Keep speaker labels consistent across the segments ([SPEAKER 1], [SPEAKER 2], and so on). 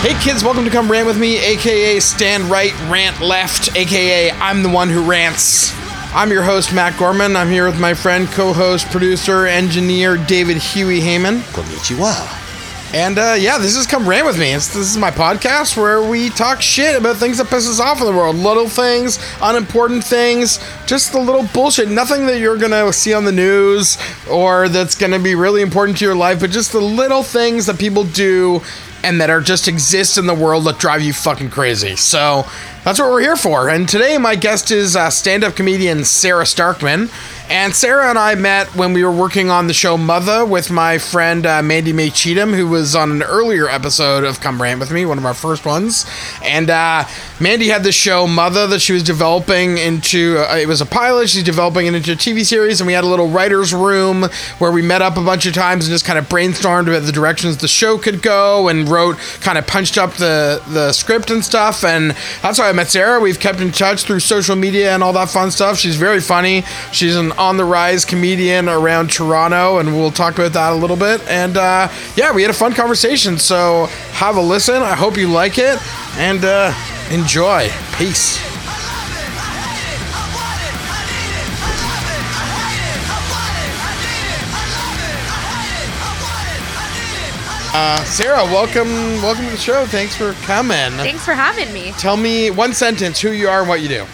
[SPEAKER 1] Hey kids, welcome to Come Rant With Me, aka Stand Right, Rant Left, aka I'm the one who rants. I'm your host, Matt Gorman. I'm here with my friend, co host, producer, engineer, David Huey Heyman.
[SPEAKER 2] Konnichiwa.
[SPEAKER 1] And uh, yeah, this is Come Rant With Me. It's, this is my podcast where we talk shit about things that piss us off in the world. Little things, unimportant things, just the little bullshit. Nothing that you're going to see on the news or that's going to be really important to your life, but just the little things that people do and that are just exist in the world that drive you fucking crazy. So that's what we're here for. And today my guest is uh, stand-up comedian Sarah Starkman. And Sarah and I met when we were working on the show Mother with my friend uh, Mandy Mae Cheatham, who was on an earlier episode of Come Rant With Me, one of our first ones. And uh, Mandy had this show Mother that she was developing into, uh, it was a pilot, she's developing it into a TV series. And we had a little writer's room where we met up a bunch of times and just kind of brainstormed about the directions the show could go and wrote, kind of punched up the, the script and stuff. And that's how I met Sarah. We've kept in touch through social media and all that fun stuff. She's very funny. She's an on the rise comedian around Toronto, and we'll talk about that a little bit. And uh, yeah, we had a fun conversation. So have a listen. I hope you like it and uh, enjoy. Peace. Uh, Sarah, welcome, welcome to the show. Thanks for coming.
[SPEAKER 3] Thanks for having me.
[SPEAKER 1] Tell me one sentence who you are and what you do.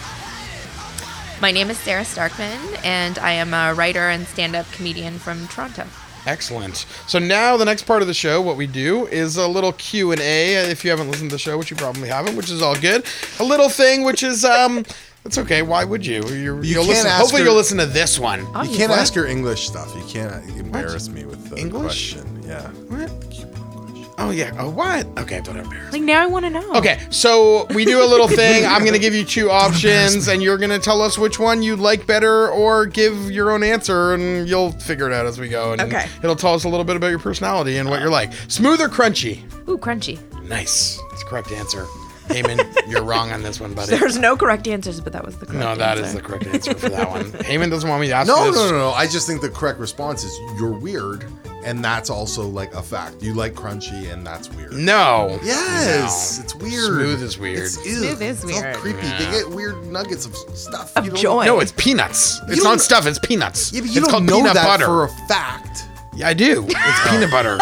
[SPEAKER 3] My name is Sarah Starkman, and I am a writer and stand up comedian from Toronto.
[SPEAKER 1] Excellent. So now the next part of the show, what we do is a little Q and A. If you haven't listened to the show, which you probably haven't, which is all good. A little thing, which is um, that's okay. Why would you? You're,
[SPEAKER 2] You
[SPEAKER 1] will
[SPEAKER 2] can't
[SPEAKER 1] listen.
[SPEAKER 2] ask
[SPEAKER 1] Hopefully,
[SPEAKER 2] her-
[SPEAKER 1] you'll listen to this one.
[SPEAKER 3] Oh,
[SPEAKER 2] You can't
[SPEAKER 3] what?
[SPEAKER 2] ask her English stuff. You can't embarrass me with the
[SPEAKER 1] English?
[SPEAKER 2] question. Yeah.
[SPEAKER 1] What? Oh yeah. Oh what? Okay, whatever.
[SPEAKER 3] Like now, I want to know.
[SPEAKER 1] Okay, so we do a little thing. I'm gonna give you two options, and you're gonna tell us which one you like better, or give your own answer, and you'll figure it out as we go. And
[SPEAKER 3] Okay.
[SPEAKER 1] It'll tell us a little bit about your personality and what you're like. Smooth or crunchy?
[SPEAKER 3] Ooh, crunchy.
[SPEAKER 1] Nice. That's the correct answer. Heyman, you're wrong on this one, buddy.
[SPEAKER 3] There's no correct answers, but that was the correct
[SPEAKER 1] no,
[SPEAKER 3] answer.
[SPEAKER 1] that is the correct answer for that one. Heyman doesn't want me to ask
[SPEAKER 2] No,
[SPEAKER 1] you
[SPEAKER 2] no,
[SPEAKER 1] this.
[SPEAKER 2] no, no. I just think the correct response is you're weird, and that's also like a fact. You like crunchy, and that's weird.
[SPEAKER 1] No.
[SPEAKER 2] Yes,
[SPEAKER 1] No.
[SPEAKER 2] it's weird.
[SPEAKER 1] Smooth is weird.
[SPEAKER 2] It's, ew,
[SPEAKER 3] Smooth is
[SPEAKER 2] it's all
[SPEAKER 3] weird.
[SPEAKER 2] creepy.
[SPEAKER 1] Yeah.
[SPEAKER 2] They get weird nuggets of stuff.
[SPEAKER 3] Of
[SPEAKER 2] you don't-
[SPEAKER 3] joy.
[SPEAKER 1] No, it's peanuts. It's
[SPEAKER 2] don't
[SPEAKER 1] not
[SPEAKER 2] kn-
[SPEAKER 1] stuff. It's peanuts.
[SPEAKER 2] Yeah, but you
[SPEAKER 1] it's
[SPEAKER 2] don't
[SPEAKER 1] called
[SPEAKER 2] know
[SPEAKER 1] peanut
[SPEAKER 2] that
[SPEAKER 1] butter.
[SPEAKER 2] for a fact.
[SPEAKER 1] I do. It's peanut butter.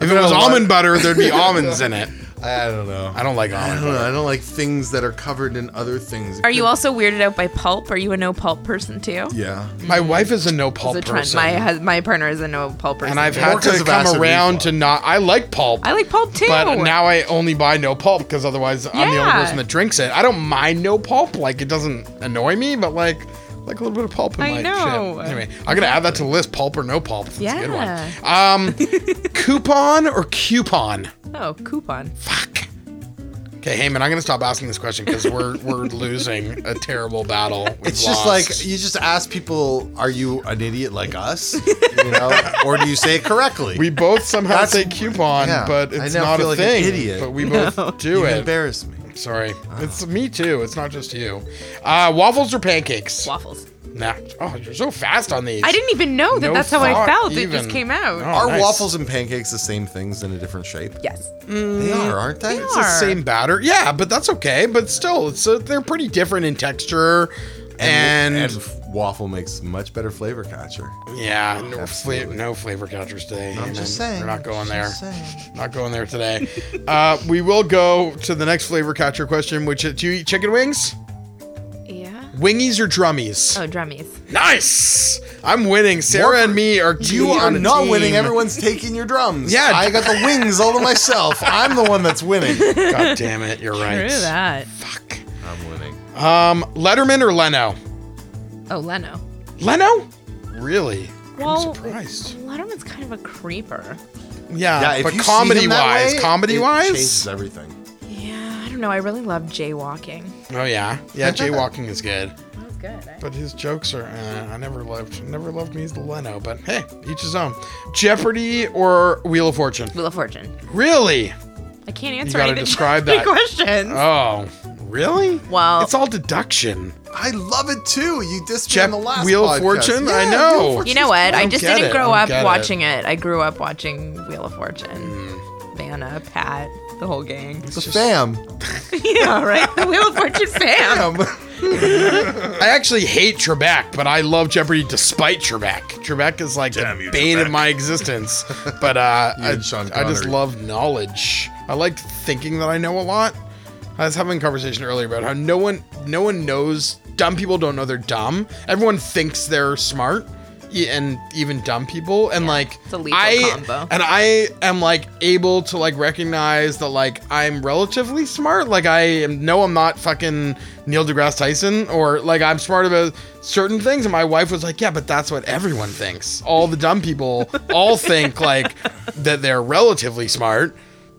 [SPEAKER 1] If it was
[SPEAKER 2] know why.
[SPEAKER 1] almond butter, there'd be almonds in it.
[SPEAKER 2] I don't know.
[SPEAKER 1] I don't like
[SPEAKER 2] I
[SPEAKER 1] almond
[SPEAKER 2] don't know.
[SPEAKER 1] butter.
[SPEAKER 2] I don't like things that are covered in other things. It
[SPEAKER 3] Are you
[SPEAKER 2] could-
[SPEAKER 3] also weirded out by pulp? Are you a no pulp person too?
[SPEAKER 2] Yeah.
[SPEAKER 1] My wife is a no
[SPEAKER 3] It's
[SPEAKER 1] pulp
[SPEAKER 3] a trend.
[SPEAKER 1] person,
[SPEAKER 3] My hus- my partner is a no pulp person.
[SPEAKER 1] and I've
[SPEAKER 3] too.
[SPEAKER 1] had
[SPEAKER 2] Or 'cause
[SPEAKER 1] to
[SPEAKER 2] of
[SPEAKER 1] come
[SPEAKER 2] acid
[SPEAKER 1] around
[SPEAKER 2] reflux.
[SPEAKER 1] to not. I like pulp.
[SPEAKER 3] I like pulp too.
[SPEAKER 1] But now I only buy no pulp because otherwise I'm the only
[SPEAKER 3] Yeah.
[SPEAKER 1] person that drinks it. I don't mind no pulp; like it doesn't annoy me, but like like a little bit of pulp in
[SPEAKER 3] I
[SPEAKER 1] my
[SPEAKER 3] know.
[SPEAKER 1] shit. Anyway, I'm gonna add that to the list: pulp or no pulp. That's a good
[SPEAKER 3] Yeah.
[SPEAKER 1] one. Um, coupon or coupon?
[SPEAKER 3] oh coupon.
[SPEAKER 1] Fuck. Okay, Heyman, I'm gonna stop asking this question because we're we're losing a terrible battle. We've
[SPEAKER 2] It's just
[SPEAKER 1] lost.
[SPEAKER 2] like you just ask people, "Are you an idiot like us?" You know, or do you say it correctly?
[SPEAKER 1] we both somehow
[SPEAKER 2] That's-
[SPEAKER 1] say coupon,
[SPEAKER 2] yeah,
[SPEAKER 1] but
[SPEAKER 2] I
[SPEAKER 1] it's
[SPEAKER 2] now
[SPEAKER 1] not
[SPEAKER 2] feel
[SPEAKER 1] a
[SPEAKER 2] like an
[SPEAKER 1] thing.
[SPEAKER 2] idiot.
[SPEAKER 1] But we both do
[SPEAKER 2] you
[SPEAKER 1] it.
[SPEAKER 2] embarrass me.
[SPEAKER 1] Sorry.
[SPEAKER 3] Ah.
[SPEAKER 1] It's me too. It's not just you. Uh, waffles or pancakes?
[SPEAKER 3] Waffles.
[SPEAKER 1] Nah. Oh, you're so fast on these.
[SPEAKER 3] I didn't even know that
[SPEAKER 1] No
[SPEAKER 3] that's how I
[SPEAKER 1] thought
[SPEAKER 3] felt. It
[SPEAKER 1] even.
[SPEAKER 3] just came out.
[SPEAKER 1] Oh.
[SPEAKER 2] Are
[SPEAKER 1] nice.
[SPEAKER 2] waffles and pancakes the same things in a different shape?
[SPEAKER 3] Yes.
[SPEAKER 1] Mm,
[SPEAKER 2] They are, aren't they?
[SPEAKER 3] They
[SPEAKER 1] It's the
[SPEAKER 3] are.
[SPEAKER 1] same batter. Yeah, but that's okay. But still, it's uh they're pretty different in texture. And,
[SPEAKER 2] And, and waffle makes much better flavor catcher.
[SPEAKER 1] yeah, no, fla-
[SPEAKER 2] Absolutely.
[SPEAKER 1] no flavor counters today.
[SPEAKER 2] I'm
[SPEAKER 1] Heyman.
[SPEAKER 2] just saying.
[SPEAKER 1] We're not going there.
[SPEAKER 2] just saying.
[SPEAKER 1] Not going there today. uh, we will go to the next flavor catcher question, which is do you eat chicken wings?
[SPEAKER 3] Yeah.
[SPEAKER 1] Wingies or drummies?
[SPEAKER 3] Oh, drummies.
[SPEAKER 1] Nice! I'm winning. Sarah and me are
[SPEAKER 2] You
[SPEAKER 1] on
[SPEAKER 2] are
[SPEAKER 1] a
[SPEAKER 2] not
[SPEAKER 1] team.
[SPEAKER 2] winning. Everyone's taking your drums.
[SPEAKER 1] Yeah.
[SPEAKER 2] I got the wings all to myself. I'm the one that's winning.
[SPEAKER 1] God damn it, you're right.
[SPEAKER 3] True that.
[SPEAKER 1] Fuck.
[SPEAKER 2] I'm winning.
[SPEAKER 1] Um, Letterman or Leno?
[SPEAKER 3] Oh, Leno.
[SPEAKER 1] Leno? Really? I'm
[SPEAKER 3] Well,
[SPEAKER 1] surprised.
[SPEAKER 3] Letterman's kind of a creeper.
[SPEAKER 1] Yeah,
[SPEAKER 2] Yeah, if
[SPEAKER 1] Uh, but
[SPEAKER 2] you see him that
[SPEAKER 1] comedy wise,
[SPEAKER 2] way,
[SPEAKER 1] comedy
[SPEAKER 2] it
[SPEAKER 1] wise.
[SPEAKER 2] changes everything.
[SPEAKER 3] Yeah, I don't know. I really love jaywalking.
[SPEAKER 1] Oh yeah, yeah. Jaywalking is good,
[SPEAKER 3] That was Oh, good. eh? I-
[SPEAKER 1] but his jokes are. Uh, I never loved, never loved me as the Leno. But hey, each his own. Jeopardy or Wheel of Fortune?
[SPEAKER 3] Wheel of Fortune.
[SPEAKER 1] Really?
[SPEAKER 3] I can't answer
[SPEAKER 1] gotta
[SPEAKER 3] any of the
[SPEAKER 1] describe that.
[SPEAKER 3] questions.
[SPEAKER 1] Oh, really?
[SPEAKER 3] Well-
[SPEAKER 1] it's all deduction.
[SPEAKER 2] I love it too. You dissed me
[SPEAKER 1] Jep-
[SPEAKER 2] on the last
[SPEAKER 1] Wheel
[SPEAKER 2] podcast.
[SPEAKER 1] of Fortune? I
[SPEAKER 2] Yeah,
[SPEAKER 1] know.
[SPEAKER 2] Wheel of Fortune's
[SPEAKER 3] you know what? I
[SPEAKER 1] don't
[SPEAKER 3] just
[SPEAKER 1] get
[SPEAKER 3] didn't
[SPEAKER 1] it. I
[SPEAKER 3] grow
[SPEAKER 1] don't
[SPEAKER 3] up
[SPEAKER 1] get it.
[SPEAKER 3] watching it. I grew up watching Wheel of Fortune. Vanna, Pat, the whole gang.
[SPEAKER 2] It's a fam.
[SPEAKER 3] yeah, right. The Wheel of Fortune fam.
[SPEAKER 2] Fam.
[SPEAKER 1] I actually hate Trebek, but I love Jeopardy despite Trebek. Trebek is like
[SPEAKER 2] Damn
[SPEAKER 1] the
[SPEAKER 2] you,
[SPEAKER 1] bane of
[SPEAKER 2] Trebek.
[SPEAKER 1] my existence. But uh,
[SPEAKER 2] You
[SPEAKER 1] I,
[SPEAKER 2] and Sean
[SPEAKER 1] I just
[SPEAKER 2] Connery.
[SPEAKER 1] love knowledge. I like thinking that I know a lot. I was having a conversation earlier about how no one, no one knows. Dumb people don't know they're dumb. Everyone thinks they're smart, e- and even dumb people. And like,
[SPEAKER 3] it's a lethal
[SPEAKER 1] I
[SPEAKER 3] combo.
[SPEAKER 1] and I am like able to like recognize that like I'm relatively smart. Like I am no, I'm not fucking Neil deGrasse Tyson or like I'm smart about certain things. And my wife was like, yeah, but that's what everyone thinks. All the dumb people all think like that they're relatively smart,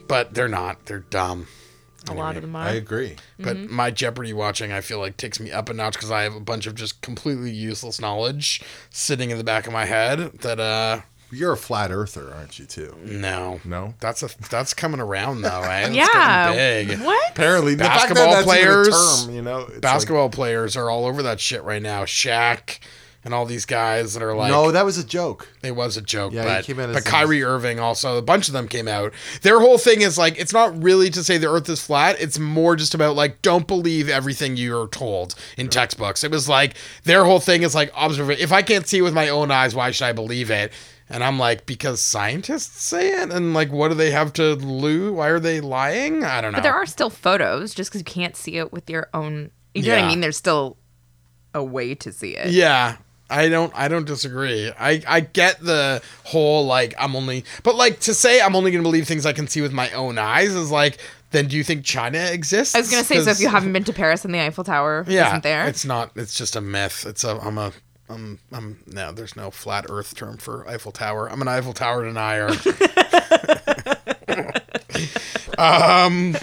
[SPEAKER 1] but they're not. They're dumb.
[SPEAKER 3] A lot of them
[SPEAKER 2] I
[SPEAKER 3] are.
[SPEAKER 2] agree.
[SPEAKER 1] But
[SPEAKER 3] Mm-hmm.
[SPEAKER 1] my Jeopardy watching, I feel like takes me up a notch because I have a bunch of just completely useless knowledge sitting in the back of my head that uh
[SPEAKER 2] You're a flat earther, aren't you too?
[SPEAKER 1] No.
[SPEAKER 2] No? That's
[SPEAKER 1] That's a that's coming around though, right? It's
[SPEAKER 3] yeah.
[SPEAKER 1] getting big.
[SPEAKER 3] What?
[SPEAKER 2] apparently the fact that
[SPEAKER 1] Basketball
[SPEAKER 2] that's even a
[SPEAKER 1] players-
[SPEAKER 2] term, you know, it's
[SPEAKER 1] Basketball players are all over that shit right now. Shaq and all these guys that are like
[SPEAKER 2] Like, no, that was a joke.
[SPEAKER 1] it was a joke,
[SPEAKER 2] Yeah, he
[SPEAKER 1] but,
[SPEAKER 2] came out as
[SPEAKER 1] but
[SPEAKER 2] a-
[SPEAKER 1] Kyrie Irving also, a bunch of them came out. Their whole thing is like, it's not really to say the earth is flat. It's more just about like, don't believe everything you're told in textbooks. It was like, their whole thing is like, observe If I can't see it with my own eyes, why should I believe it? And I'm like, because scientists say it? And like, what do they have to lose? Why are they lying? I don't know.
[SPEAKER 3] But there are still photos just because you can't see it with your own. You know what
[SPEAKER 1] Yeah.
[SPEAKER 3] I mean? There's still a way to see it.
[SPEAKER 1] Yeah. I don't I don't disagree. I I get the whole like I'm only but like to say I'm only going to believe things I can see with my own eyes is like then do you think China exists?
[SPEAKER 3] I was gonna say, so if you
[SPEAKER 1] 'Cause-
[SPEAKER 3] haven't been to Paris and the Eiffel Tower
[SPEAKER 1] yeah,
[SPEAKER 3] isn't there,
[SPEAKER 1] It's not it's just a myth. It's a I'm a I'm I'm no there's no flat earth term for Eiffel Tower. I'm an Eiffel Tower denier. um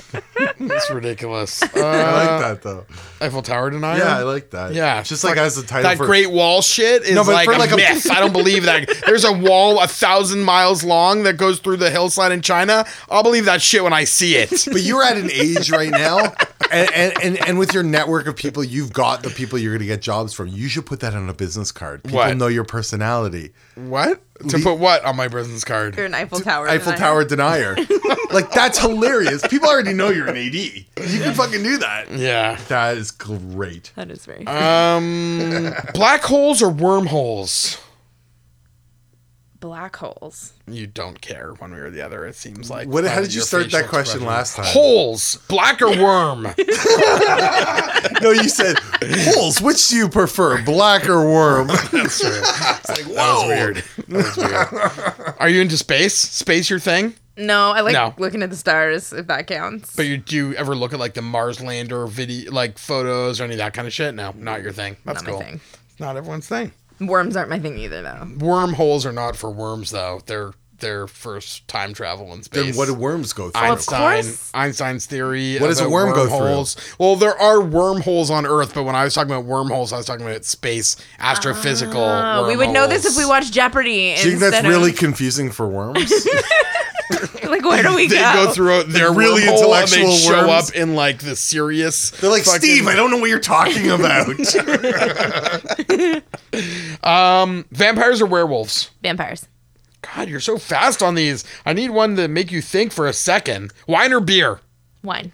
[SPEAKER 1] it's ridiculous.
[SPEAKER 2] I
[SPEAKER 1] Uh,
[SPEAKER 2] like that though.
[SPEAKER 1] Eiffel Tower denier?
[SPEAKER 2] Yeah, I like that.
[SPEAKER 1] Yeah,
[SPEAKER 2] just like as the title
[SPEAKER 1] that
[SPEAKER 2] for
[SPEAKER 1] Great Wall shit is
[SPEAKER 2] No, but
[SPEAKER 1] like,
[SPEAKER 2] for
[SPEAKER 1] a
[SPEAKER 2] like a-
[SPEAKER 1] myth. I don't believe that. There's a wall a thousand miles long that goes through the hillside in China. I'll believe that shit when I see it.
[SPEAKER 2] But you're at an age right now, and, and, and, and with your network of people, you've got the people you're going to get jobs from. You should put that on a business card. People
[SPEAKER 1] What?
[SPEAKER 2] know your personality.
[SPEAKER 1] What to
[SPEAKER 2] Le-
[SPEAKER 1] put what on my business card?
[SPEAKER 3] you're an Eiffel Tower.
[SPEAKER 2] Eiffel
[SPEAKER 3] denier.
[SPEAKER 2] Tower denier. like, that's hilarious. People already know you're an AD. You can fucking do that.
[SPEAKER 1] Yeah.
[SPEAKER 2] That is great.
[SPEAKER 3] That is very.
[SPEAKER 1] Uh, Um, black holes or wormholes?
[SPEAKER 3] Black holes.
[SPEAKER 1] You don't care one way or the other. It seems like.
[SPEAKER 2] What,
[SPEAKER 1] by
[SPEAKER 2] how did you
[SPEAKER 1] your
[SPEAKER 2] start that
[SPEAKER 1] facial
[SPEAKER 2] question
[SPEAKER 1] expression.
[SPEAKER 2] last time?
[SPEAKER 1] Holes, black or worm?
[SPEAKER 2] No, you said holes. Which do you prefer, black or worm? That's true. It's like, whoa.
[SPEAKER 1] That was weird. That was weird. Are you into space? Space your thing?
[SPEAKER 3] No, I like
[SPEAKER 1] No.
[SPEAKER 3] looking at the stars if that counts.
[SPEAKER 1] But you do you ever look at like the Mars lander video, like photos or any of that kind of shit? No, not your thing. That's
[SPEAKER 3] not my
[SPEAKER 1] cool.
[SPEAKER 3] thing.
[SPEAKER 1] Not everyone's thing.
[SPEAKER 3] Worms aren't my thing either, though.
[SPEAKER 1] Wormholes are not for worms though. They're they're for s- time travel in space.
[SPEAKER 2] Then what do worms go through?
[SPEAKER 1] Einstein,
[SPEAKER 3] course.
[SPEAKER 1] Einstein's theory.
[SPEAKER 2] What does a
[SPEAKER 1] about
[SPEAKER 2] worm go through?
[SPEAKER 1] wormholes. Well, there are wormholes on Earth, but when I was talking about wormholes, I was talking about space, astrophysical.
[SPEAKER 2] Ah,
[SPEAKER 3] Oh, we would know this if we
[SPEAKER 1] wormholes.
[SPEAKER 3] watched Jeopardy.
[SPEAKER 2] Do you think that's
[SPEAKER 3] instead of-
[SPEAKER 2] really confusing for worms?
[SPEAKER 3] like where do we
[SPEAKER 1] They
[SPEAKER 3] go?
[SPEAKER 1] go through their
[SPEAKER 2] really
[SPEAKER 1] really wormhole and they
[SPEAKER 2] intellectual
[SPEAKER 1] show
[SPEAKER 2] worms.
[SPEAKER 1] up in like the serious.
[SPEAKER 2] They're like, Steve, I don't know what you're talking about.
[SPEAKER 1] Vampires or werewolves?
[SPEAKER 3] Vampires.
[SPEAKER 1] God, you're so fast on these. I need one to make you think for a second. Wine or beer?
[SPEAKER 3] Wine.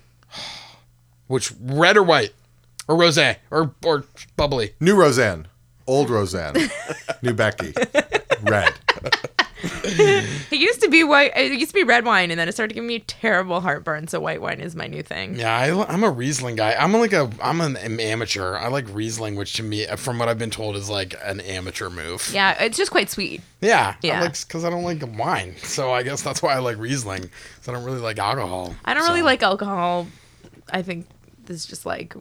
[SPEAKER 1] Which red or white? Or rosé or or bubbly?
[SPEAKER 2] New Roseanne, old Roseanne, new Becky, red.
[SPEAKER 3] It used to be white. It used to be red wine, and then it started giving me terrible heartburn. So white wine is my new thing.
[SPEAKER 1] Yeah, I, am a Riesling guy. I'm like a I'm an, am- amateur. I like Riesling, which to me, from what I've been told, is like an amateur move.
[SPEAKER 3] Yeah, it's just quite sweet.
[SPEAKER 1] Yeah,
[SPEAKER 3] Yeah.
[SPEAKER 1] Because I don't like wine, so I guess that's why I like Riesling. 'cause I don't really like alcohol.
[SPEAKER 3] I don't really
[SPEAKER 1] So-
[SPEAKER 3] like alcohol. I think this is just like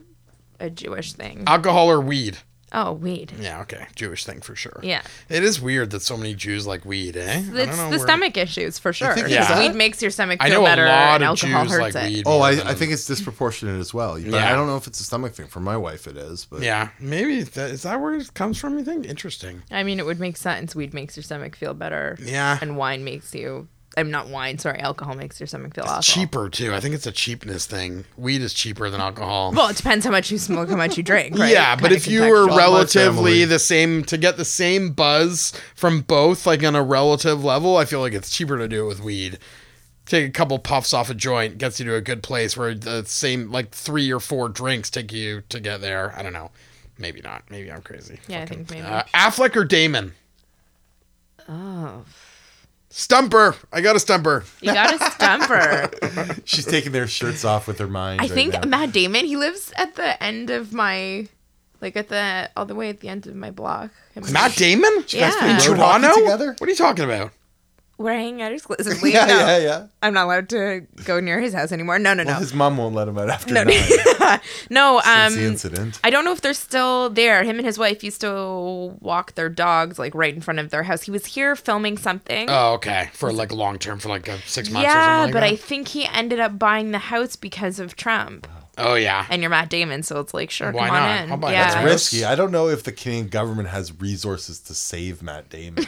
[SPEAKER 3] a Jewish thing.
[SPEAKER 1] alcohol or weed.
[SPEAKER 3] oh, weed.
[SPEAKER 1] Yeah, okay, Jewish thing for sure.
[SPEAKER 3] Yeah.
[SPEAKER 1] it is weird that so many Jews like weed. Eh, I don't
[SPEAKER 3] It's
[SPEAKER 1] know
[SPEAKER 3] the
[SPEAKER 1] where-
[SPEAKER 3] stomach issues for sure.
[SPEAKER 2] think
[SPEAKER 3] Because
[SPEAKER 1] it's that.
[SPEAKER 3] weed makes your stomach
[SPEAKER 1] I
[SPEAKER 3] feel
[SPEAKER 1] know a
[SPEAKER 3] better,
[SPEAKER 1] lot
[SPEAKER 3] and
[SPEAKER 1] of
[SPEAKER 3] alcohol
[SPEAKER 1] Jews
[SPEAKER 3] hurts
[SPEAKER 1] like
[SPEAKER 3] it.
[SPEAKER 1] weed.
[SPEAKER 2] Oh,
[SPEAKER 1] more
[SPEAKER 2] I,
[SPEAKER 1] than-
[SPEAKER 2] I think it's disproportionate as well. But
[SPEAKER 1] Yeah.
[SPEAKER 2] I don't know if it's a stomach thing. For my wife, it is. But
[SPEAKER 1] Yeah, maybe that is that where it comes from. You think interesting?
[SPEAKER 3] I mean, it would make sense. Weed makes your stomach feel better.
[SPEAKER 1] Yeah.
[SPEAKER 3] And wine makes you. I'm not wine. Sorry, alcohol makes your stomach feel awful.
[SPEAKER 1] Cheaper too. I think it's a cheapness thing. Weed is cheaper than alcohol.
[SPEAKER 3] Well, it depends how much you smoke, how much you drink. Right?
[SPEAKER 1] yeah, but
[SPEAKER 3] Kinda
[SPEAKER 1] if you were
[SPEAKER 3] contextual.
[SPEAKER 2] rel-
[SPEAKER 1] relatively
[SPEAKER 2] family.
[SPEAKER 1] the same to get the same buzz from both, like on a relative level, I feel like it's cheaper to do it with weed. Take a couple puffs off a joint gets you to a good place where the same like three or four drinks take you to get there. I don't know. Maybe not. Maybe I'm crazy.
[SPEAKER 3] Yeah, I think maybe.
[SPEAKER 1] Uh, Affleck or Damon?
[SPEAKER 3] oh,
[SPEAKER 1] Stumper. I got a stumper.
[SPEAKER 3] you got a stumper.
[SPEAKER 2] She's taking their shirts off with her mind.
[SPEAKER 3] I
[SPEAKER 2] right
[SPEAKER 3] think
[SPEAKER 2] now.
[SPEAKER 3] Matt Damon. He lives at the end of my, like at the all the way at the end of my block. Him and
[SPEAKER 1] Matt Damon?
[SPEAKER 3] Yeah.
[SPEAKER 1] In
[SPEAKER 2] Road
[SPEAKER 1] Toronto?
[SPEAKER 2] hockey together?
[SPEAKER 1] What are you talking about?
[SPEAKER 3] We're hanging out exclusively.
[SPEAKER 2] Yeah,
[SPEAKER 3] No,
[SPEAKER 2] yeah, yeah.
[SPEAKER 3] I'm not allowed to go near his house anymore. No, no,
[SPEAKER 2] Well,
[SPEAKER 3] no.
[SPEAKER 2] his mom won't let him out after
[SPEAKER 3] No,
[SPEAKER 2] nine. Since
[SPEAKER 3] no, um,
[SPEAKER 2] the incident.
[SPEAKER 3] I don't know if they're still there. Him and his wife used to walk their dogs like right in front of their house. He was here filming something.
[SPEAKER 1] Oh, okay. For like long term, for like uh, six months
[SPEAKER 3] yeah,
[SPEAKER 1] or something.
[SPEAKER 3] but I
[SPEAKER 1] like
[SPEAKER 3] think he ended up buying the house because of Trump.
[SPEAKER 1] that. Oh, yeah.
[SPEAKER 3] And you're Matt Damon, so it's like, sure,
[SPEAKER 1] Why
[SPEAKER 3] come
[SPEAKER 1] not?
[SPEAKER 3] on
[SPEAKER 1] I'll
[SPEAKER 3] in.
[SPEAKER 1] buy it.
[SPEAKER 3] yeah.
[SPEAKER 1] That's
[SPEAKER 2] It's
[SPEAKER 1] I-
[SPEAKER 2] risky. I don't know if the Canadian government has resources to save Matt Damon.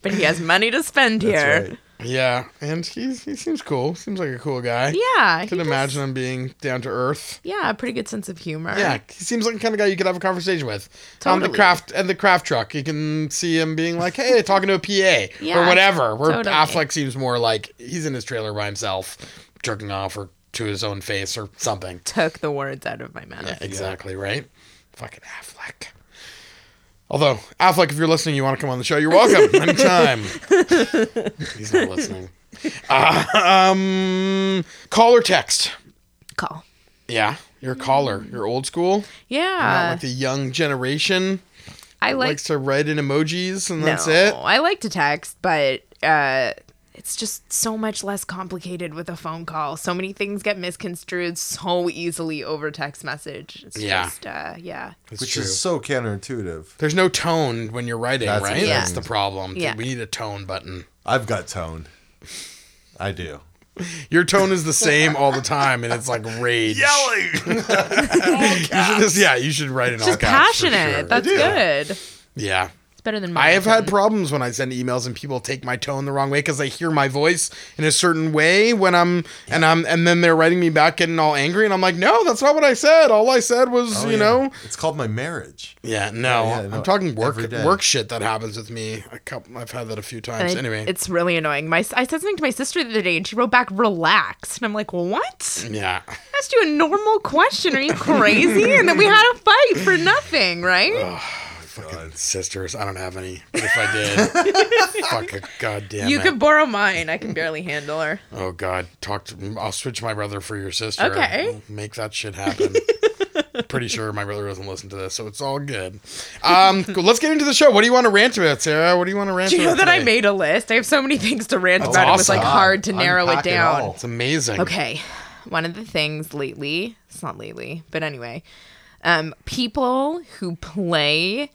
[SPEAKER 3] But he has money to spend here.
[SPEAKER 2] That's right.
[SPEAKER 1] Yeah. And he's, he seems cool. Seems like a cool guy.
[SPEAKER 3] Yeah. he
[SPEAKER 1] Could
[SPEAKER 3] does-
[SPEAKER 1] imagine him being down to earth.
[SPEAKER 3] Yeah, a pretty good sense of humor.
[SPEAKER 1] Yeah, he seems like the kind of guy you could have a conversation with on the
[SPEAKER 3] Totally.
[SPEAKER 1] craft and the craft truck. You can see him being like, "Hey, talking to a PA or
[SPEAKER 3] Yeah,
[SPEAKER 1] whatever." Where
[SPEAKER 3] totally.
[SPEAKER 1] Affleck seems more like he's in his trailer by himself, jerking off or to his own face or something.
[SPEAKER 3] Took the words out of my mouth.
[SPEAKER 1] Exactly right. Fucking Affleck. Although Affleck, if you're listening, you want to come on the show, you're welcome anytime. He's not listening. Uh, um, call or text.
[SPEAKER 3] Call.
[SPEAKER 1] Yeah, you're a caller. You're old school. Not
[SPEAKER 3] Yeah.
[SPEAKER 1] like the young generation
[SPEAKER 3] I Uh, like
[SPEAKER 1] likes to write in emojis and that's
[SPEAKER 3] no,
[SPEAKER 1] it.
[SPEAKER 3] I like to text, but uh, it's just so much less complicated with a phone call. So many things get misconstrued so easily over text message. It's
[SPEAKER 1] Yeah.
[SPEAKER 3] just, uh, yeah.
[SPEAKER 1] It's
[SPEAKER 2] Which
[SPEAKER 1] true.
[SPEAKER 2] is so counterintuitive.
[SPEAKER 1] There's no tone when you're writing,
[SPEAKER 2] That's
[SPEAKER 1] right?
[SPEAKER 2] the
[SPEAKER 1] That's
[SPEAKER 2] thing.
[SPEAKER 1] the problem.
[SPEAKER 3] Yeah.
[SPEAKER 1] We need a tone button.
[SPEAKER 2] I've got tone. I do.
[SPEAKER 1] Your tone is the same all the time, and it's like rage.
[SPEAKER 2] Yelling.
[SPEAKER 1] You should just- yeah, you should write in all
[SPEAKER 3] Just
[SPEAKER 1] caps for
[SPEAKER 3] passionate.
[SPEAKER 1] sure.
[SPEAKER 3] That's good. It's
[SPEAKER 1] yeah.
[SPEAKER 3] better than mine.
[SPEAKER 1] I have had problems when I send emails and people take my tone the wrong way because they hear my voice in a certain way when I'm and I'm and then they're writing me back getting all angry and I'm like, no, that's not what I said. All I said was,
[SPEAKER 2] Oh,
[SPEAKER 1] you
[SPEAKER 2] yeah.
[SPEAKER 1] know,
[SPEAKER 2] It's called my marriage.
[SPEAKER 1] Yeah, no,
[SPEAKER 2] yeah, no,
[SPEAKER 1] I'm talking work
[SPEAKER 2] every day.
[SPEAKER 1] work shit that happens with me. A couple, I've had that a few
[SPEAKER 3] And
[SPEAKER 1] times.
[SPEAKER 3] it-
[SPEAKER 1] anyway,
[SPEAKER 3] It's really annoying. My, I said something to my sister the other day and she wrote back, relax. And I'm like, what?
[SPEAKER 1] yeah,
[SPEAKER 3] I asked you a normal question. Are you crazy? and then we had a fight for nothing,
[SPEAKER 1] Oh,
[SPEAKER 3] right?
[SPEAKER 1] fucking sisters. I don't have any. But If I did, fuck a goddamn.
[SPEAKER 3] you
[SPEAKER 1] it.
[SPEAKER 3] could borrow mine. I can barely handle her.
[SPEAKER 1] Oh god, talk to. I'll switch my brother for your sister.
[SPEAKER 3] Okay.
[SPEAKER 1] I'll make that shit happen. Pretty sure my brother doesn't listen to this, so it's all good. Um, cool, let's get into the show. What do you want to rant about, Sarah? What do you want to rant
[SPEAKER 3] Do you know
[SPEAKER 1] about?
[SPEAKER 3] that I
[SPEAKER 1] today?
[SPEAKER 3] made a list? I have so many things to rant about. It was
[SPEAKER 1] awesome.
[SPEAKER 3] like hard to
[SPEAKER 2] Unpack
[SPEAKER 3] narrow it
[SPEAKER 2] it
[SPEAKER 3] down.
[SPEAKER 2] all.
[SPEAKER 1] It's amazing.
[SPEAKER 3] Okay. One of the things lately, it's not lately, but anyway, um, people who play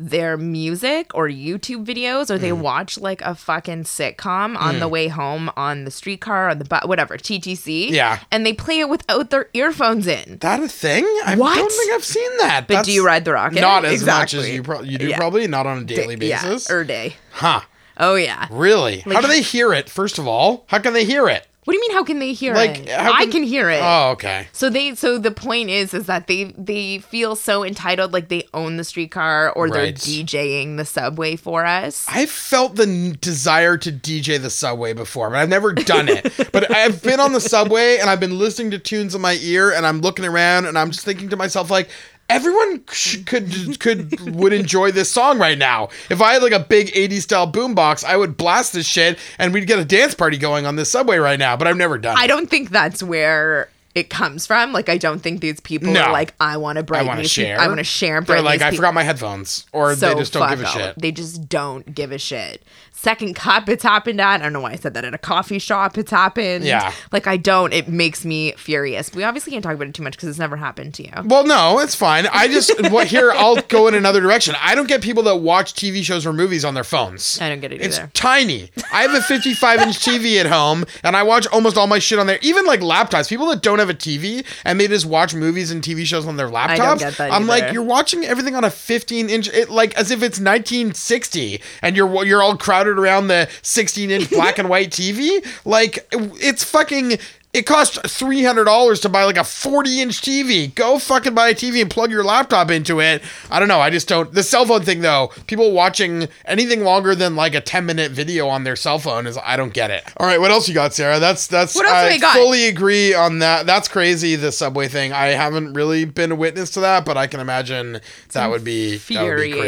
[SPEAKER 3] their music or YouTube videos or they
[SPEAKER 1] Mm.
[SPEAKER 3] watch like a fucking sitcom on the way home on the streetcar, on the bus, whatever, TTC.
[SPEAKER 1] Yeah.
[SPEAKER 3] And they play it without their earphones in.
[SPEAKER 1] That a thing? I
[SPEAKER 3] What?
[SPEAKER 1] don't think I've seen that.
[SPEAKER 3] But do you ride the rocket?
[SPEAKER 1] Not as much
[SPEAKER 3] Exactly.
[SPEAKER 1] as you pro- you do
[SPEAKER 3] Yeah.
[SPEAKER 1] probably not on a daily
[SPEAKER 3] Yeah. Er
[SPEAKER 1] basis.
[SPEAKER 3] Or day.
[SPEAKER 1] huh?
[SPEAKER 3] Oh, yeah.
[SPEAKER 1] Really? how do they hear it? First of all, how can they hear it?
[SPEAKER 3] What do you mean, how can they hear
[SPEAKER 1] Like,
[SPEAKER 3] it?
[SPEAKER 1] how
[SPEAKER 3] I
[SPEAKER 1] can-
[SPEAKER 3] can hear it.
[SPEAKER 1] Oh, okay.
[SPEAKER 3] So they so the point is is that they they feel so entitled like they own the streetcar or they're
[SPEAKER 1] Right.
[SPEAKER 3] DJing the subway for us.
[SPEAKER 1] I felt the n- desire to DJ the subway before, but I've never done it. but I've been on the subway and I've been listening to tunes in my ear, and I'm looking around and I'm just thinking to myself like. Everyone sh- could could would enjoy this song right now. If I had like a big 80s style boombox, I would blast this shit and we'd get a dance party going on this subway right now, but I've never done it.
[SPEAKER 3] I don't think that's where it comes from. Like I don't think these people
[SPEAKER 1] No.
[SPEAKER 3] are like I want to
[SPEAKER 1] I
[SPEAKER 3] brighten
[SPEAKER 1] want to
[SPEAKER 3] these peop-
[SPEAKER 1] share.
[SPEAKER 3] I want to share
[SPEAKER 1] They're
[SPEAKER 3] brighten
[SPEAKER 1] like,
[SPEAKER 3] these
[SPEAKER 1] I
[SPEAKER 3] peop-
[SPEAKER 1] forgot my headphones, or
[SPEAKER 3] So
[SPEAKER 1] they just don't give a
[SPEAKER 3] fuck off.
[SPEAKER 1] shit.
[SPEAKER 3] They just don't give a shit. Second cup, it's happened at. I don't know why I said that at a coffee shop. It's happened.
[SPEAKER 1] Yeah.
[SPEAKER 3] Like I don't. It makes me furious. We obviously can't talk about it too much because it's never happened to you.
[SPEAKER 1] Well, no, it's fine. I just what here. I'll go in another direction. I don't get people that watch TV shows or movies on their phones.
[SPEAKER 3] I don't get it
[SPEAKER 1] It's
[SPEAKER 3] either.
[SPEAKER 1] tiny. I have a 55 inch TV at home, and I watch almost all my shit on there. Even like laptops. People that don't have a TV and they just watch movies and TV shows on their laptops.
[SPEAKER 3] don't get that
[SPEAKER 1] I'm like,
[SPEAKER 3] either.
[SPEAKER 1] you're watching everything on a 15 inch, it, like as if it's 1960, and you're you're all crowded around the 16 inch black and white TV. Like it's fucking. It cost three hundred dollars to buy like a forty-inch TV. Go fucking buy a TV and plug your laptop into it. I don't know. I just don't. The cell phone thing though, people watching anything longer than like a ten-minute video on their cell phone is I don't get it. All right, what else you got, Sarah? That's that's.
[SPEAKER 3] What else
[SPEAKER 1] I
[SPEAKER 3] have we got?
[SPEAKER 1] fully agree on that. That's crazy. The subway thing. I haven't really been a witness to that, but I can imagine that would be that would be
[SPEAKER 3] infuriating.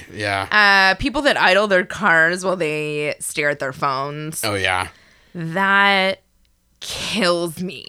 [SPEAKER 1] crazy. Yeah.
[SPEAKER 3] Uh, people that idle their cars while they stare at their phones.
[SPEAKER 1] oh yeah.
[SPEAKER 3] That kills me.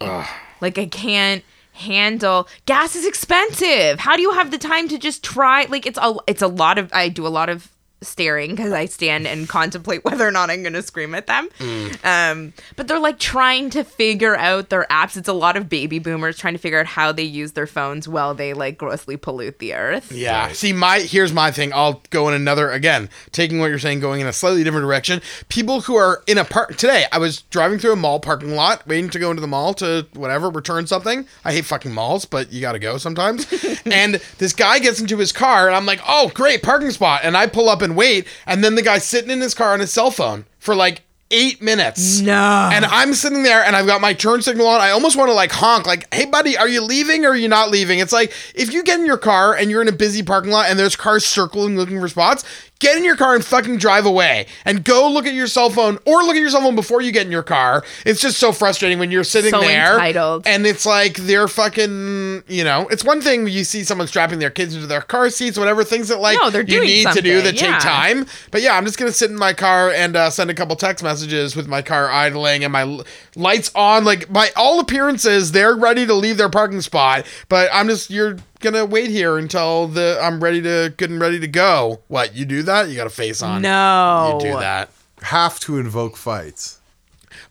[SPEAKER 3] Like I can't handle gas is expensive. How do you have the time to just try like it's a it's a lot of I do a lot of staring because I stand and contemplate whether or not I'm gonna scream at them.
[SPEAKER 1] Mm.
[SPEAKER 3] Um but they're like trying to figure out their apps. It's a lot of baby boomers trying to figure out how they use their phones while they like grossly pollute the earth.
[SPEAKER 1] Yeah. See, my here's my thing. I'll go in another again, taking what you're saying, going in a slightly different direction. People who are in a park today, I was driving through a mall parking lot, waiting to go into the mall to whatever return something. I hate fucking malls, but you got to go sometimes. and this guy gets into his car, and I'm like, "Oh, great parking spot!" And I pull up and wait, and then the guy's sitting in his car on his cell phone for like eight minutes.
[SPEAKER 3] No.
[SPEAKER 1] And I'm sitting there and I've got my turn signal on. I almost want to like honk, like, hey, buddy, are you leaving or are you not leaving? It's like, if you get in your car and you're in a busy parking lot and there's cars circling looking for spots, get in your car and fucking drive away and go look at your cell phone or look at your cell phone before you get in your car. It's just so frustrating when you're sitting
[SPEAKER 3] So
[SPEAKER 1] there.
[SPEAKER 3] entitled.
[SPEAKER 1] And it's like they're fucking, you know, it's one thing you see someone strapping their kids into their car seats, whatever things that like
[SPEAKER 3] No, they're
[SPEAKER 1] you
[SPEAKER 3] doing
[SPEAKER 1] need to do
[SPEAKER 3] something,
[SPEAKER 1] that
[SPEAKER 3] yeah.
[SPEAKER 1] take time time. But yeah, I'm just gonna sit in my car and uh, send a couple text messages with my car idling and my l- lights on. Like by all appearances, they're ready to leave their parking spot. But I'm just you're gonna wait here until the I'm ready to good and ready to go. What you do that? You got a face on.
[SPEAKER 3] No.
[SPEAKER 1] you do that.
[SPEAKER 2] Have to invoke fights.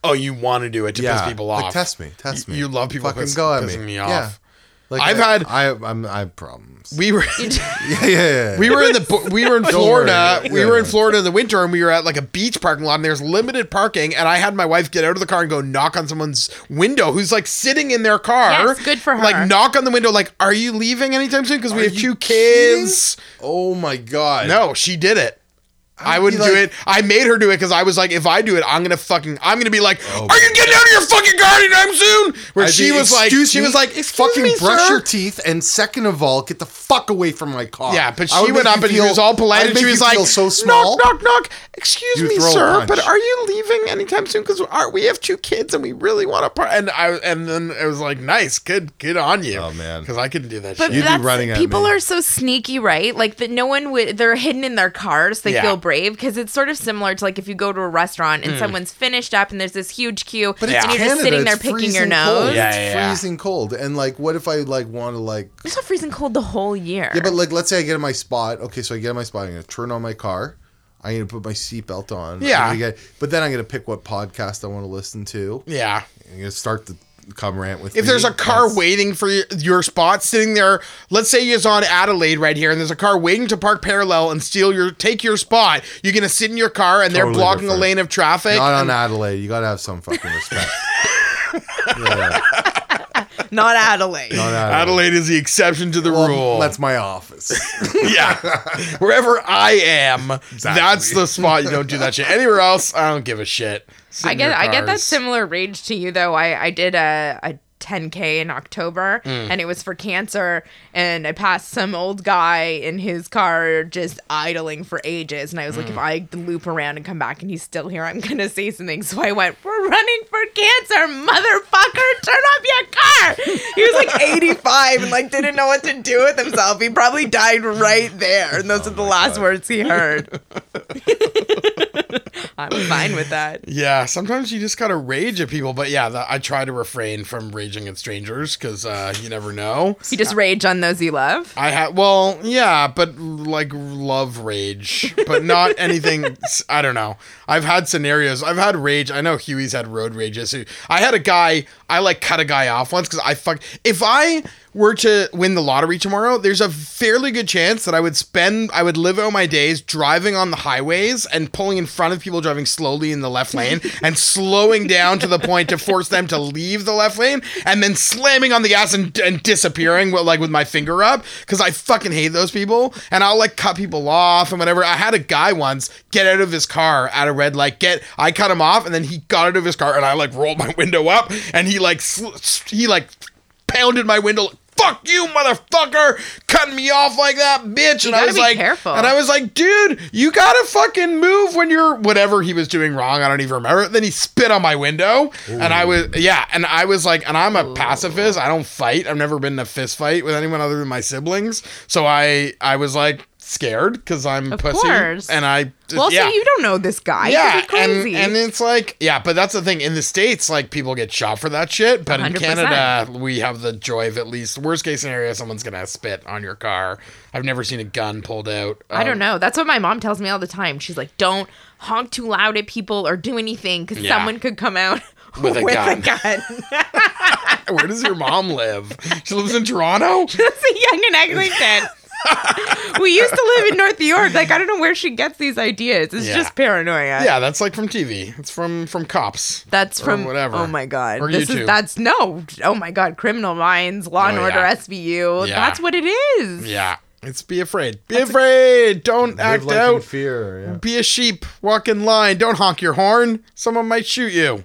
[SPEAKER 1] Oh, you want to do it to piss people off?
[SPEAKER 2] Like, test me. Test
[SPEAKER 1] You-
[SPEAKER 2] me.
[SPEAKER 1] you love people
[SPEAKER 2] fucking
[SPEAKER 1] piss-
[SPEAKER 2] go at
[SPEAKER 1] pissing
[SPEAKER 2] me.
[SPEAKER 1] me
[SPEAKER 2] Yeah.
[SPEAKER 1] off.
[SPEAKER 2] Like
[SPEAKER 1] I've
[SPEAKER 2] I,
[SPEAKER 1] had-
[SPEAKER 2] I I'm I have problems.
[SPEAKER 1] We were.
[SPEAKER 2] yeah, yeah, yeah.
[SPEAKER 1] We were in the bo- we were in Florida.
[SPEAKER 2] worry.
[SPEAKER 1] We were in Florida in the winter, and we were at like a beach parking lot, and there's limited parking. And I had my wife get out of the car and go knock on someone's window who's like sitting in their car.
[SPEAKER 3] Yes, good for her.
[SPEAKER 1] Like knock on the window, like, "Are you leaving anytime soon?" Because we have
[SPEAKER 2] you
[SPEAKER 1] two kids.
[SPEAKER 2] oh my god.
[SPEAKER 1] No, she did it. I wouldn't
[SPEAKER 2] be
[SPEAKER 1] do
[SPEAKER 2] like-
[SPEAKER 1] it. I made her do it because I was like, if I do it, I'm gonna fucking, I'm gonna be like,
[SPEAKER 2] Oh
[SPEAKER 1] are you getting out of your fucking car anytime soon? Where
[SPEAKER 2] I'd
[SPEAKER 1] she
[SPEAKER 2] be,
[SPEAKER 1] was like,
[SPEAKER 2] "Excuse
[SPEAKER 1] she
[SPEAKER 2] me?
[SPEAKER 1] was like,
[SPEAKER 2] Excuse
[SPEAKER 1] fucking
[SPEAKER 2] me,
[SPEAKER 1] brush
[SPEAKER 2] sir?
[SPEAKER 1] your
[SPEAKER 2] your teeth, and second of all, get the fuck away from my car.
[SPEAKER 1] Yeah, but
[SPEAKER 2] I would
[SPEAKER 1] she went
[SPEAKER 2] make
[SPEAKER 1] up
[SPEAKER 2] you
[SPEAKER 1] and she
[SPEAKER 2] feel-
[SPEAKER 1] was all polite
[SPEAKER 2] I'd
[SPEAKER 1] and she
[SPEAKER 2] make you
[SPEAKER 1] was like,
[SPEAKER 2] feel so small.
[SPEAKER 1] knock, knock, knock. Excuse
[SPEAKER 2] You
[SPEAKER 1] me,
[SPEAKER 2] throw a
[SPEAKER 1] sir,
[SPEAKER 2] punch.
[SPEAKER 1] but are you leaving anytime soon? Because we have two kids and we really want to part. And I and then it was like, nice, good, good on you.
[SPEAKER 2] Oh, man.
[SPEAKER 1] because I couldn't do that.
[SPEAKER 3] But
[SPEAKER 1] shit.
[SPEAKER 2] be
[SPEAKER 3] that's
[SPEAKER 2] running at
[SPEAKER 3] people
[SPEAKER 2] me.
[SPEAKER 3] are so sneaky, right? Like that no one would they're hidden in their cars, they
[SPEAKER 1] Yeah.
[SPEAKER 3] feel brave because it's sort of similar to like if you go to a restaurant and someone's finished up and there's this huge queue
[SPEAKER 2] Hmm. But
[SPEAKER 3] and
[SPEAKER 2] it's
[SPEAKER 1] Yeah.
[SPEAKER 3] you're
[SPEAKER 2] Canada,
[SPEAKER 3] just sitting there
[SPEAKER 2] it's
[SPEAKER 3] picking your
[SPEAKER 2] freezing Cold.
[SPEAKER 3] nose.
[SPEAKER 1] Yeah,
[SPEAKER 2] it's
[SPEAKER 1] yeah, yeah.
[SPEAKER 2] freezing cold. And like, what if I like want to like?
[SPEAKER 3] It's not freezing cold the whole year.
[SPEAKER 2] Yeah, but like, let's say I get in my spot. Okay, so I get in my spot. I'm gonna turn on my car. I'm gonna put my seatbelt on. I'm
[SPEAKER 1] Yeah.
[SPEAKER 2] gonna get- but then I'm gonna pick what podcast I want to listen to.
[SPEAKER 1] yeah.
[SPEAKER 2] I'm gonna start the come rant with.
[SPEAKER 1] If
[SPEAKER 2] me.
[SPEAKER 1] there's a car
[SPEAKER 2] That's-
[SPEAKER 1] waiting for y- your spot, sitting there, let's say it's on Adelaide right here, and there's a car waiting to park parallel and steal your take your spot. You're gonna sit in your car and they're
[SPEAKER 2] Totally
[SPEAKER 1] blocking
[SPEAKER 2] different.
[SPEAKER 1] a lane of traffic.
[SPEAKER 2] not on Adelaide, you gotta have some fucking respect. yeah,
[SPEAKER 3] not Adelaide.
[SPEAKER 2] on
[SPEAKER 1] Adelaide is the exception to the
[SPEAKER 2] Well,
[SPEAKER 1] rule.
[SPEAKER 2] That's my office.
[SPEAKER 1] yeah. Wherever I am, that's the spot you don't do that shit. Anywhere else, I don't give a shit. Sit
[SPEAKER 3] I
[SPEAKER 1] in
[SPEAKER 3] get
[SPEAKER 1] your
[SPEAKER 3] I get that
[SPEAKER 1] cars.
[SPEAKER 3] similar rage to you though. I I did a a 10k in October and it was for cancer and I passed some old guy in his car just idling for ages and I was like if I loop around and come back and he's still here I'm going to say something so I went we're running for cancer motherfucker turn off your car he was like 85 and like didn't know what to do with himself he probably died right there and those are the last words he heard I'm fine with that
[SPEAKER 1] Yeah, sometimes you just gotta rage at people, but yeah, the, I try to refrain from raging at strangers because uh, you never know.
[SPEAKER 3] You just rage on those you love.
[SPEAKER 1] I had well, yeah, but like love rage, but not anything. I don't know. I've had scenarios. I've had rage. I know Huey's had road rages. I had a guy. I like cut a guy off once because I fuck. If I were to win the lottery tomorrow, there's a fairly good chance that I would spend. I would live out my days driving on the highways and pulling in front of people driving slowly in the left lane and slowing down to the point to force them to leave the left lane and then slamming on the gas and, and disappearing with, like with my finger up because I fucking hate those people and I'll like cut people off and whatever. I had a guy once get out of his car at a red light. Get I cut him off and then he got out of his car and I like rolled my window up and he he like sl- he like pounded my window. like, Fuck you, motherfucker! Cutting me off like that, bitch! And I
[SPEAKER 3] gotta
[SPEAKER 1] was
[SPEAKER 3] be
[SPEAKER 1] like,
[SPEAKER 3] careful.
[SPEAKER 1] and I was like, dude, you gotta fucking move when you're whatever he was doing wrong. I don't even remember. Then he spit on my window, and I was yeah, and I was like, and I'm a pacifist. I don't fight. I've never been in a fist fight with anyone other than my siblings. So I I was like scared because I'm
[SPEAKER 3] Of
[SPEAKER 1] pussy,
[SPEAKER 3] course.
[SPEAKER 1] and I
[SPEAKER 3] Well,
[SPEAKER 1] yeah
[SPEAKER 3] so you don't know this guy.
[SPEAKER 1] yeah,
[SPEAKER 3] Yeah, crazy.
[SPEAKER 1] And, and it's like, yeah, but that's the thing. In the States, like, people get shot for that shit. But in
[SPEAKER 3] 100%.
[SPEAKER 1] Canada, we have the joy of at least, worst case scenario, someone's going to spit on your car. I've never seen a gun pulled out.
[SPEAKER 3] I don't know. That's what my mom tells me all the time. She's like, "Don't honk too loud at people or do anything because
[SPEAKER 1] Yeah.
[SPEAKER 3] someone could come out
[SPEAKER 1] With a gun.
[SPEAKER 3] gun.
[SPEAKER 1] know. Where does your mom live? She lives in Toronto?
[SPEAKER 3] That's a young and Eglinton. we used to live in North York. Like I don't know where she gets these ideas. It's
[SPEAKER 1] Yeah.
[SPEAKER 3] just paranoia.
[SPEAKER 1] Yeah, that's like from TV. It's from from cops.
[SPEAKER 3] That's
[SPEAKER 1] Or
[SPEAKER 3] from
[SPEAKER 1] whatever.
[SPEAKER 3] Oh my god.
[SPEAKER 1] Or
[SPEAKER 3] this
[SPEAKER 1] YouTube.
[SPEAKER 3] is that's no. Oh my god. Criminal Minds, Law and
[SPEAKER 1] Oh,
[SPEAKER 3] Order,
[SPEAKER 1] yeah.
[SPEAKER 3] SVU.
[SPEAKER 1] Yeah.
[SPEAKER 3] That's what it is.
[SPEAKER 1] Yeah. It's be afraid. Be afraid. Don't
[SPEAKER 2] Live
[SPEAKER 1] act
[SPEAKER 2] life in
[SPEAKER 1] out.
[SPEAKER 2] fear. yeah.
[SPEAKER 1] Be a sheep. Walk in line. Don't honk your horn. Someone might shoot you.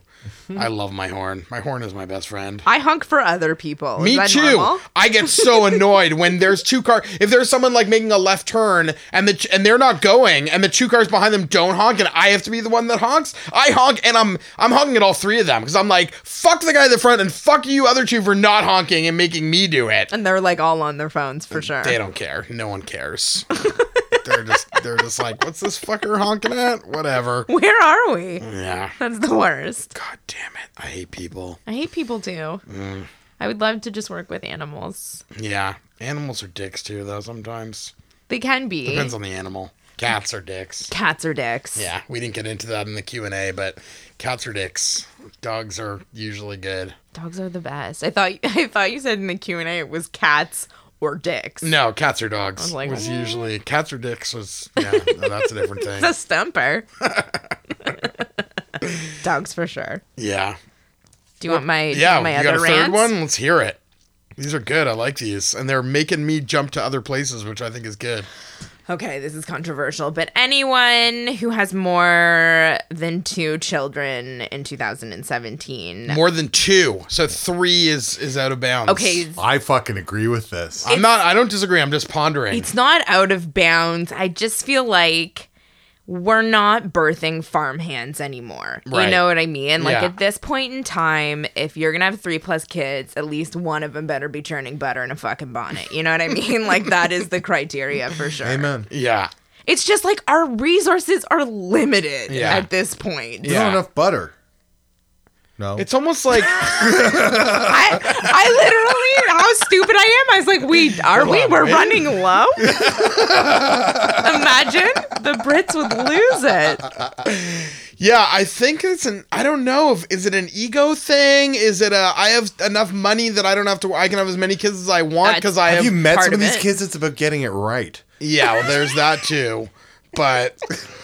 [SPEAKER 1] I love my horn. My horn is my best friend.
[SPEAKER 3] I honk for other people. Is
[SPEAKER 1] Me
[SPEAKER 3] that
[SPEAKER 1] too.
[SPEAKER 3] normal?
[SPEAKER 1] I get so annoyed when there's two car. If there's someone like making a left turn and the and they're not going, and the two cars behind them don't honk, and I have to be the one that honks. I honk, and I'm I'm honking at all three of them because I'm like, fuck the guy at the front, and fuck you other two for not honking and making me do it.
[SPEAKER 3] And they're like all on their phones for sure.
[SPEAKER 1] They don't care. No one cares. they're just they're just like, what's this fucker honking at? Whatever.
[SPEAKER 3] Where are we?
[SPEAKER 1] Yeah.
[SPEAKER 3] That's the worst.
[SPEAKER 1] Mm. God damn it. I hate people.
[SPEAKER 3] I hate people too.
[SPEAKER 1] Mm.
[SPEAKER 3] I would love to just work with animals.
[SPEAKER 1] Yeah. Animals are dicks too, though. Sometimes
[SPEAKER 3] They can be.
[SPEAKER 1] depends on the animal. Cats are dicks.
[SPEAKER 3] Cats are dicks.
[SPEAKER 1] Yeah, we didn't get into that in the Q and A, but cats are dicks. Dogs are usually good.
[SPEAKER 3] Dogs are the best. I thought I thought you said in the Q and A it was cats or dicks.
[SPEAKER 1] No, cats are dogs.
[SPEAKER 3] like,
[SPEAKER 1] was
[SPEAKER 3] "What?"
[SPEAKER 1] usually cats or dicks was yeah. no, that's a different thing.
[SPEAKER 3] It's a stumper. Dogs for sure.
[SPEAKER 1] yeah,
[SPEAKER 3] Do you want my do you
[SPEAKER 1] yeah.
[SPEAKER 3] want my
[SPEAKER 1] you got
[SPEAKER 3] other
[SPEAKER 1] a third
[SPEAKER 3] rants?
[SPEAKER 1] one? Let's hear it. These are good. I like these, and they're making me jump to other places, which I think is good.
[SPEAKER 3] Okay, this is controversial, but anyone who has more than two children in 2017.
[SPEAKER 1] More than two, so three is is out of bounds.
[SPEAKER 3] Okay,
[SPEAKER 2] I fucking agree with this.
[SPEAKER 1] I'm not. I don't disagree. I'm just pondering.
[SPEAKER 3] it's not out of bounds. I just feel like we're not birthing farmhands anymore.
[SPEAKER 1] Right.
[SPEAKER 3] You know what I mean? Like
[SPEAKER 1] Yeah.
[SPEAKER 3] at this point in time, if you're gonna have three plus kids, at least one of them better be churning butter in a fucking bonnet. You know what I mean? like that is the criteria for sure.
[SPEAKER 2] Amen.
[SPEAKER 1] yeah,
[SPEAKER 3] It's just like our resources are limited
[SPEAKER 1] Yeah.
[SPEAKER 3] at this point.
[SPEAKER 1] Yeah.
[SPEAKER 2] There's not enough butter. No.
[SPEAKER 1] it's almost like
[SPEAKER 3] I, I literally, how stupid I am. I was like, we are we? We're running low. Imagine the Brits would lose it.
[SPEAKER 1] Yeah, I think it's an. I don't know if is it an ego thing. Is it a I have enough money that I don't have to. I can have as many kids as I want because I have.
[SPEAKER 2] have you met
[SPEAKER 3] part
[SPEAKER 2] some
[SPEAKER 3] of
[SPEAKER 2] of these
[SPEAKER 3] it.
[SPEAKER 2] kids? It's about getting it right.
[SPEAKER 1] yeah, well, there's that too. But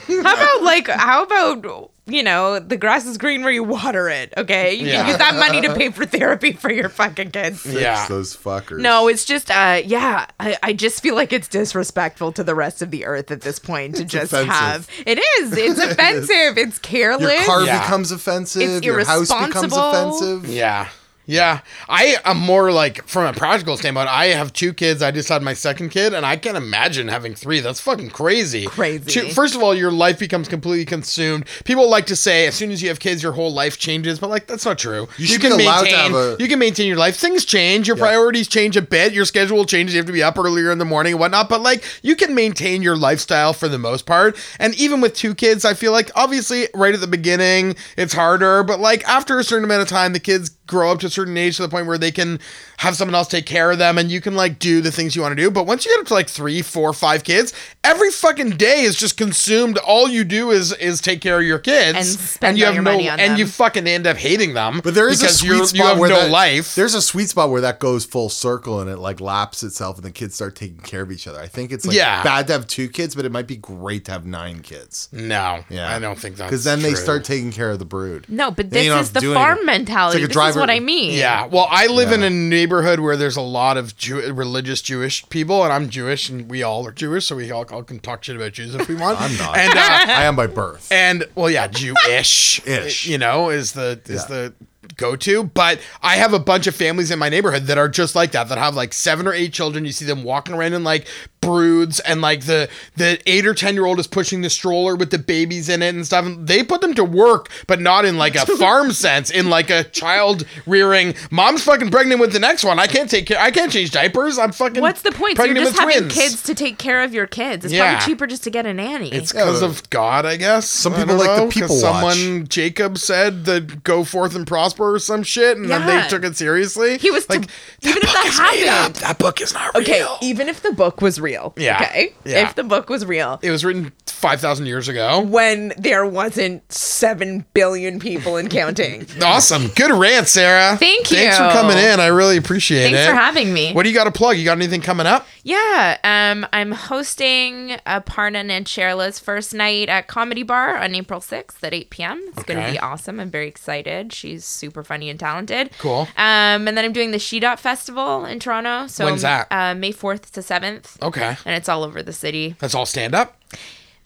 [SPEAKER 3] How about like how about you know the grass is green where you water it? Okay, you
[SPEAKER 1] Yeah.
[SPEAKER 3] can use that money to pay for therapy for your fucking kids.
[SPEAKER 1] Yeah.
[SPEAKER 2] Fix those fuckers.
[SPEAKER 3] No, it's just uh yeah, I, I just feel like it's disrespectful to the rest of the earth at this point to just
[SPEAKER 2] offensive.
[SPEAKER 3] have it is. It's offensive. It's careless.
[SPEAKER 2] your car
[SPEAKER 1] Yeah.
[SPEAKER 2] becomes offensive.
[SPEAKER 3] It's
[SPEAKER 2] your house becomes
[SPEAKER 3] irresponsible.
[SPEAKER 2] offensive.
[SPEAKER 1] yeah, yeah, I am more like from a practical standpoint. I have two kids. I just had my second kid, and I can't imagine having three. That's fucking crazy.
[SPEAKER 3] Crazy.
[SPEAKER 1] Two- first of all, your life becomes completely consumed. People like to say as soon as you have kids, your whole life changes, but like that's not true.
[SPEAKER 2] You should be allowed to have a-
[SPEAKER 1] you can maintain your life. Things change. Your priorities change a bit. Your schedule changes. You have to be up earlier in the morning and whatnot. But like, you can maintain your lifestyle for the most part. And even with two kids, I feel like obviously right at the beginning it's harder. But like after a certain amount of time, the kids grow up to a certain age to the point where they can have someone else take care of them and you can like do the things you want to do. But once you get up to like three, four, five kids, every fucking day is just consumed. All you do is is take care of your kids
[SPEAKER 3] And spend all your money on
[SPEAKER 1] and
[SPEAKER 3] them.
[SPEAKER 1] you fucking end up hating them.
[SPEAKER 2] But there is a
[SPEAKER 1] because
[SPEAKER 2] sweet
[SPEAKER 1] you're-
[SPEAKER 2] spot
[SPEAKER 1] you have
[SPEAKER 2] where
[SPEAKER 1] no
[SPEAKER 2] that,
[SPEAKER 1] life.
[SPEAKER 2] There's a sweet spot where that goes full circle and it like laps itself, and the kids start taking care of each other. I think it's like
[SPEAKER 1] Yeah.
[SPEAKER 2] bad to have two kids, but it might be great to have nine kids.
[SPEAKER 1] No,
[SPEAKER 2] Yeah,
[SPEAKER 1] I don't think that's
[SPEAKER 2] because then they
[SPEAKER 1] true.
[SPEAKER 2] start taking care of the brood.
[SPEAKER 3] no, but
[SPEAKER 2] Then
[SPEAKER 3] this
[SPEAKER 2] you don't
[SPEAKER 3] is
[SPEAKER 2] have
[SPEAKER 3] the
[SPEAKER 2] to do
[SPEAKER 3] farm
[SPEAKER 2] anything.
[SPEAKER 3] mentality.
[SPEAKER 2] It's like a
[SPEAKER 3] this is what
[SPEAKER 2] driver-
[SPEAKER 3] I mean.
[SPEAKER 1] Yeah, well, I live in
[SPEAKER 2] Yeah.
[SPEAKER 1] a neighborhood where there's a lot of Jew- religious Jewish people, and I'm Jewish, and we all are Jewish, so we all, all can talk shit about Jews if we want.
[SPEAKER 2] I'm not.
[SPEAKER 1] And uh,
[SPEAKER 2] I am by birth.
[SPEAKER 1] and well, yeah, Jewish,
[SPEAKER 2] Ish.
[SPEAKER 1] you know, is the is
[SPEAKER 2] Yeah.
[SPEAKER 1] the go to, but I have a bunch of families in my neighborhood that are just like that, that have like seven or eight children. You see them walking around in like broods, and like the the eight or ten year old is pushing the stroller with the babies in it and stuff. And they put them to work, but not in like a farm sense, in like a child rearing. Mom's fucking pregnant with the next one. I can't take care. I can't change diapers. I'm fucking.
[SPEAKER 3] What's the point? So you're
[SPEAKER 1] pregnant
[SPEAKER 3] just
[SPEAKER 1] with
[SPEAKER 3] having
[SPEAKER 1] twins.
[SPEAKER 3] kids to take care of your kids. It's
[SPEAKER 1] Yeah.
[SPEAKER 3] probably cheaper just to get a nanny.
[SPEAKER 1] It's because of God, I guess. Some
[SPEAKER 2] people like the people watch.
[SPEAKER 1] Someone Jacob said that go forth and prosper or some shit, and then
[SPEAKER 3] Yeah.
[SPEAKER 1] they took it seriously.
[SPEAKER 3] He was t-
[SPEAKER 1] like,
[SPEAKER 3] even if
[SPEAKER 1] book is
[SPEAKER 3] that
[SPEAKER 1] made up.
[SPEAKER 3] happened.
[SPEAKER 1] That book is not
[SPEAKER 3] Okay, e-,
[SPEAKER 1] real.
[SPEAKER 3] even if the book was real.
[SPEAKER 1] Yeah.
[SPEAKER 3] Okay.
[SPEAKER 1] Yeah.
[SPEAKER 3] If the book was real.
[SPEAKER 1] It was written five thousand years ago.
[SPEAKER 3] When there wasn't seven billion people and counting.
[SPEAKER 1] Awesome, good rant, Sarah.
[SPEAKER 3] Thank
[SPEAKER 1] Thanks for
[SPEAKER 3] you.
[SPEAKER 1] coming in. I really appreciate it.
[SPEAKER 3] Thanks for having me.
[SPEAKER 1] What do you got to plug? You got anything coming up?
[SPEAKER 3] Yeah, um, I'm hosting uh, Parnan and Sherla's first night at Comedy Bar on April 6th at 8 p.m. It's going
[SPEAKER 1] Okay.
[SPEAKER 3] to be awesome. I'm very excited. She's super funny and talented.
[SPEAKER 1] Cool.
[SPEAKER 3] Um, and then I'm doing the She Dot Festival in Toronto. So
[SPEAKER 1] When's that?
[SPEAKER 3] Uh, May 4th to 7th.
[SPEAKER 1] Okay,
[SPEAKER 3] And it's all over the city.
[SPEAKER 1] that's all stand up.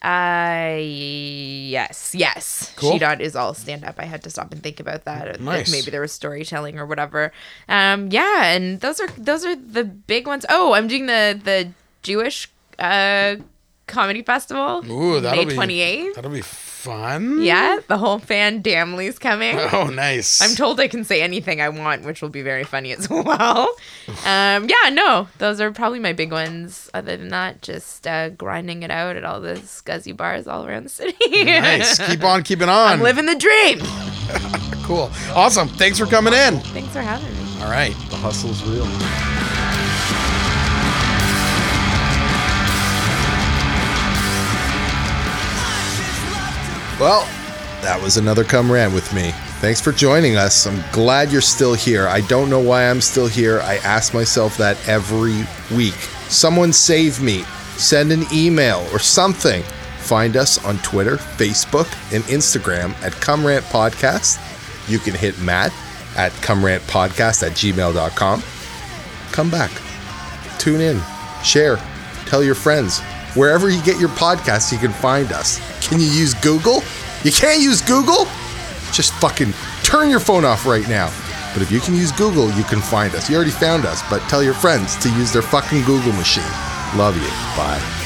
[SPEAKER 3] Uh, yes, yes.
[SPEAKER 1] Cool.
[SPEAKER 3] She Dot is all stand up. I had to stop and think about that. If
[SPEAKER 1] Nice.
[SPEAKER 3] maybe there was storytelling or whatever. Um, yeah, and those are those are the big ones. Oh, I'm doing the the Jewish uh comedy festival.
[SPEAKER 1] Ooh, that'll
[SPEAKER 3] May
[SPEAKER 1] be
[SPEAKER 3] 28th.
[SPEAKER 1] That'll be fun.
[SPEAKER 3] Yeah, the whole fan Damley's coming.
[SPEAKER 1] Oh, nice.
[SPEAKER 3] I'm told I can say anything I want, which will be very funny as well. Um, yeah, no, those are probably my big ones. Other than that, just uh, grinding it out at all the scuzzy bars all around the city.
[SPEAKER 1] nice. Keep on keeping on.
[SPEAKER 3] I'm living the dream.
[SPEAKER 1] Cool. Awesome. Thanks for coming in.
[SPEAKER 3] Thanks for having me.
[SPEAKER 1] All right.
[SPEAKER 2] The hustle's real. Well, that was another come ran with me. Thanks for joining us. I'm glad you're still here. I don't know why I'm still here. I ask myself that every week. Someone save me. Send an email or something. Find us on Twitter, Facebook, and Instagram at Come Rant Podcast. You can hit Matt at Come Rant Podcast at gmail.com. Come back tune in, share, tell your friends. Wherever you get your podcasts, you can find us. Can you use Google? You can't use Google? Just fucking turn your phone off right now. But if you can use Google, you can find us. You already found us, but tell your friends to use their fucking Google machine. Love you. Bye.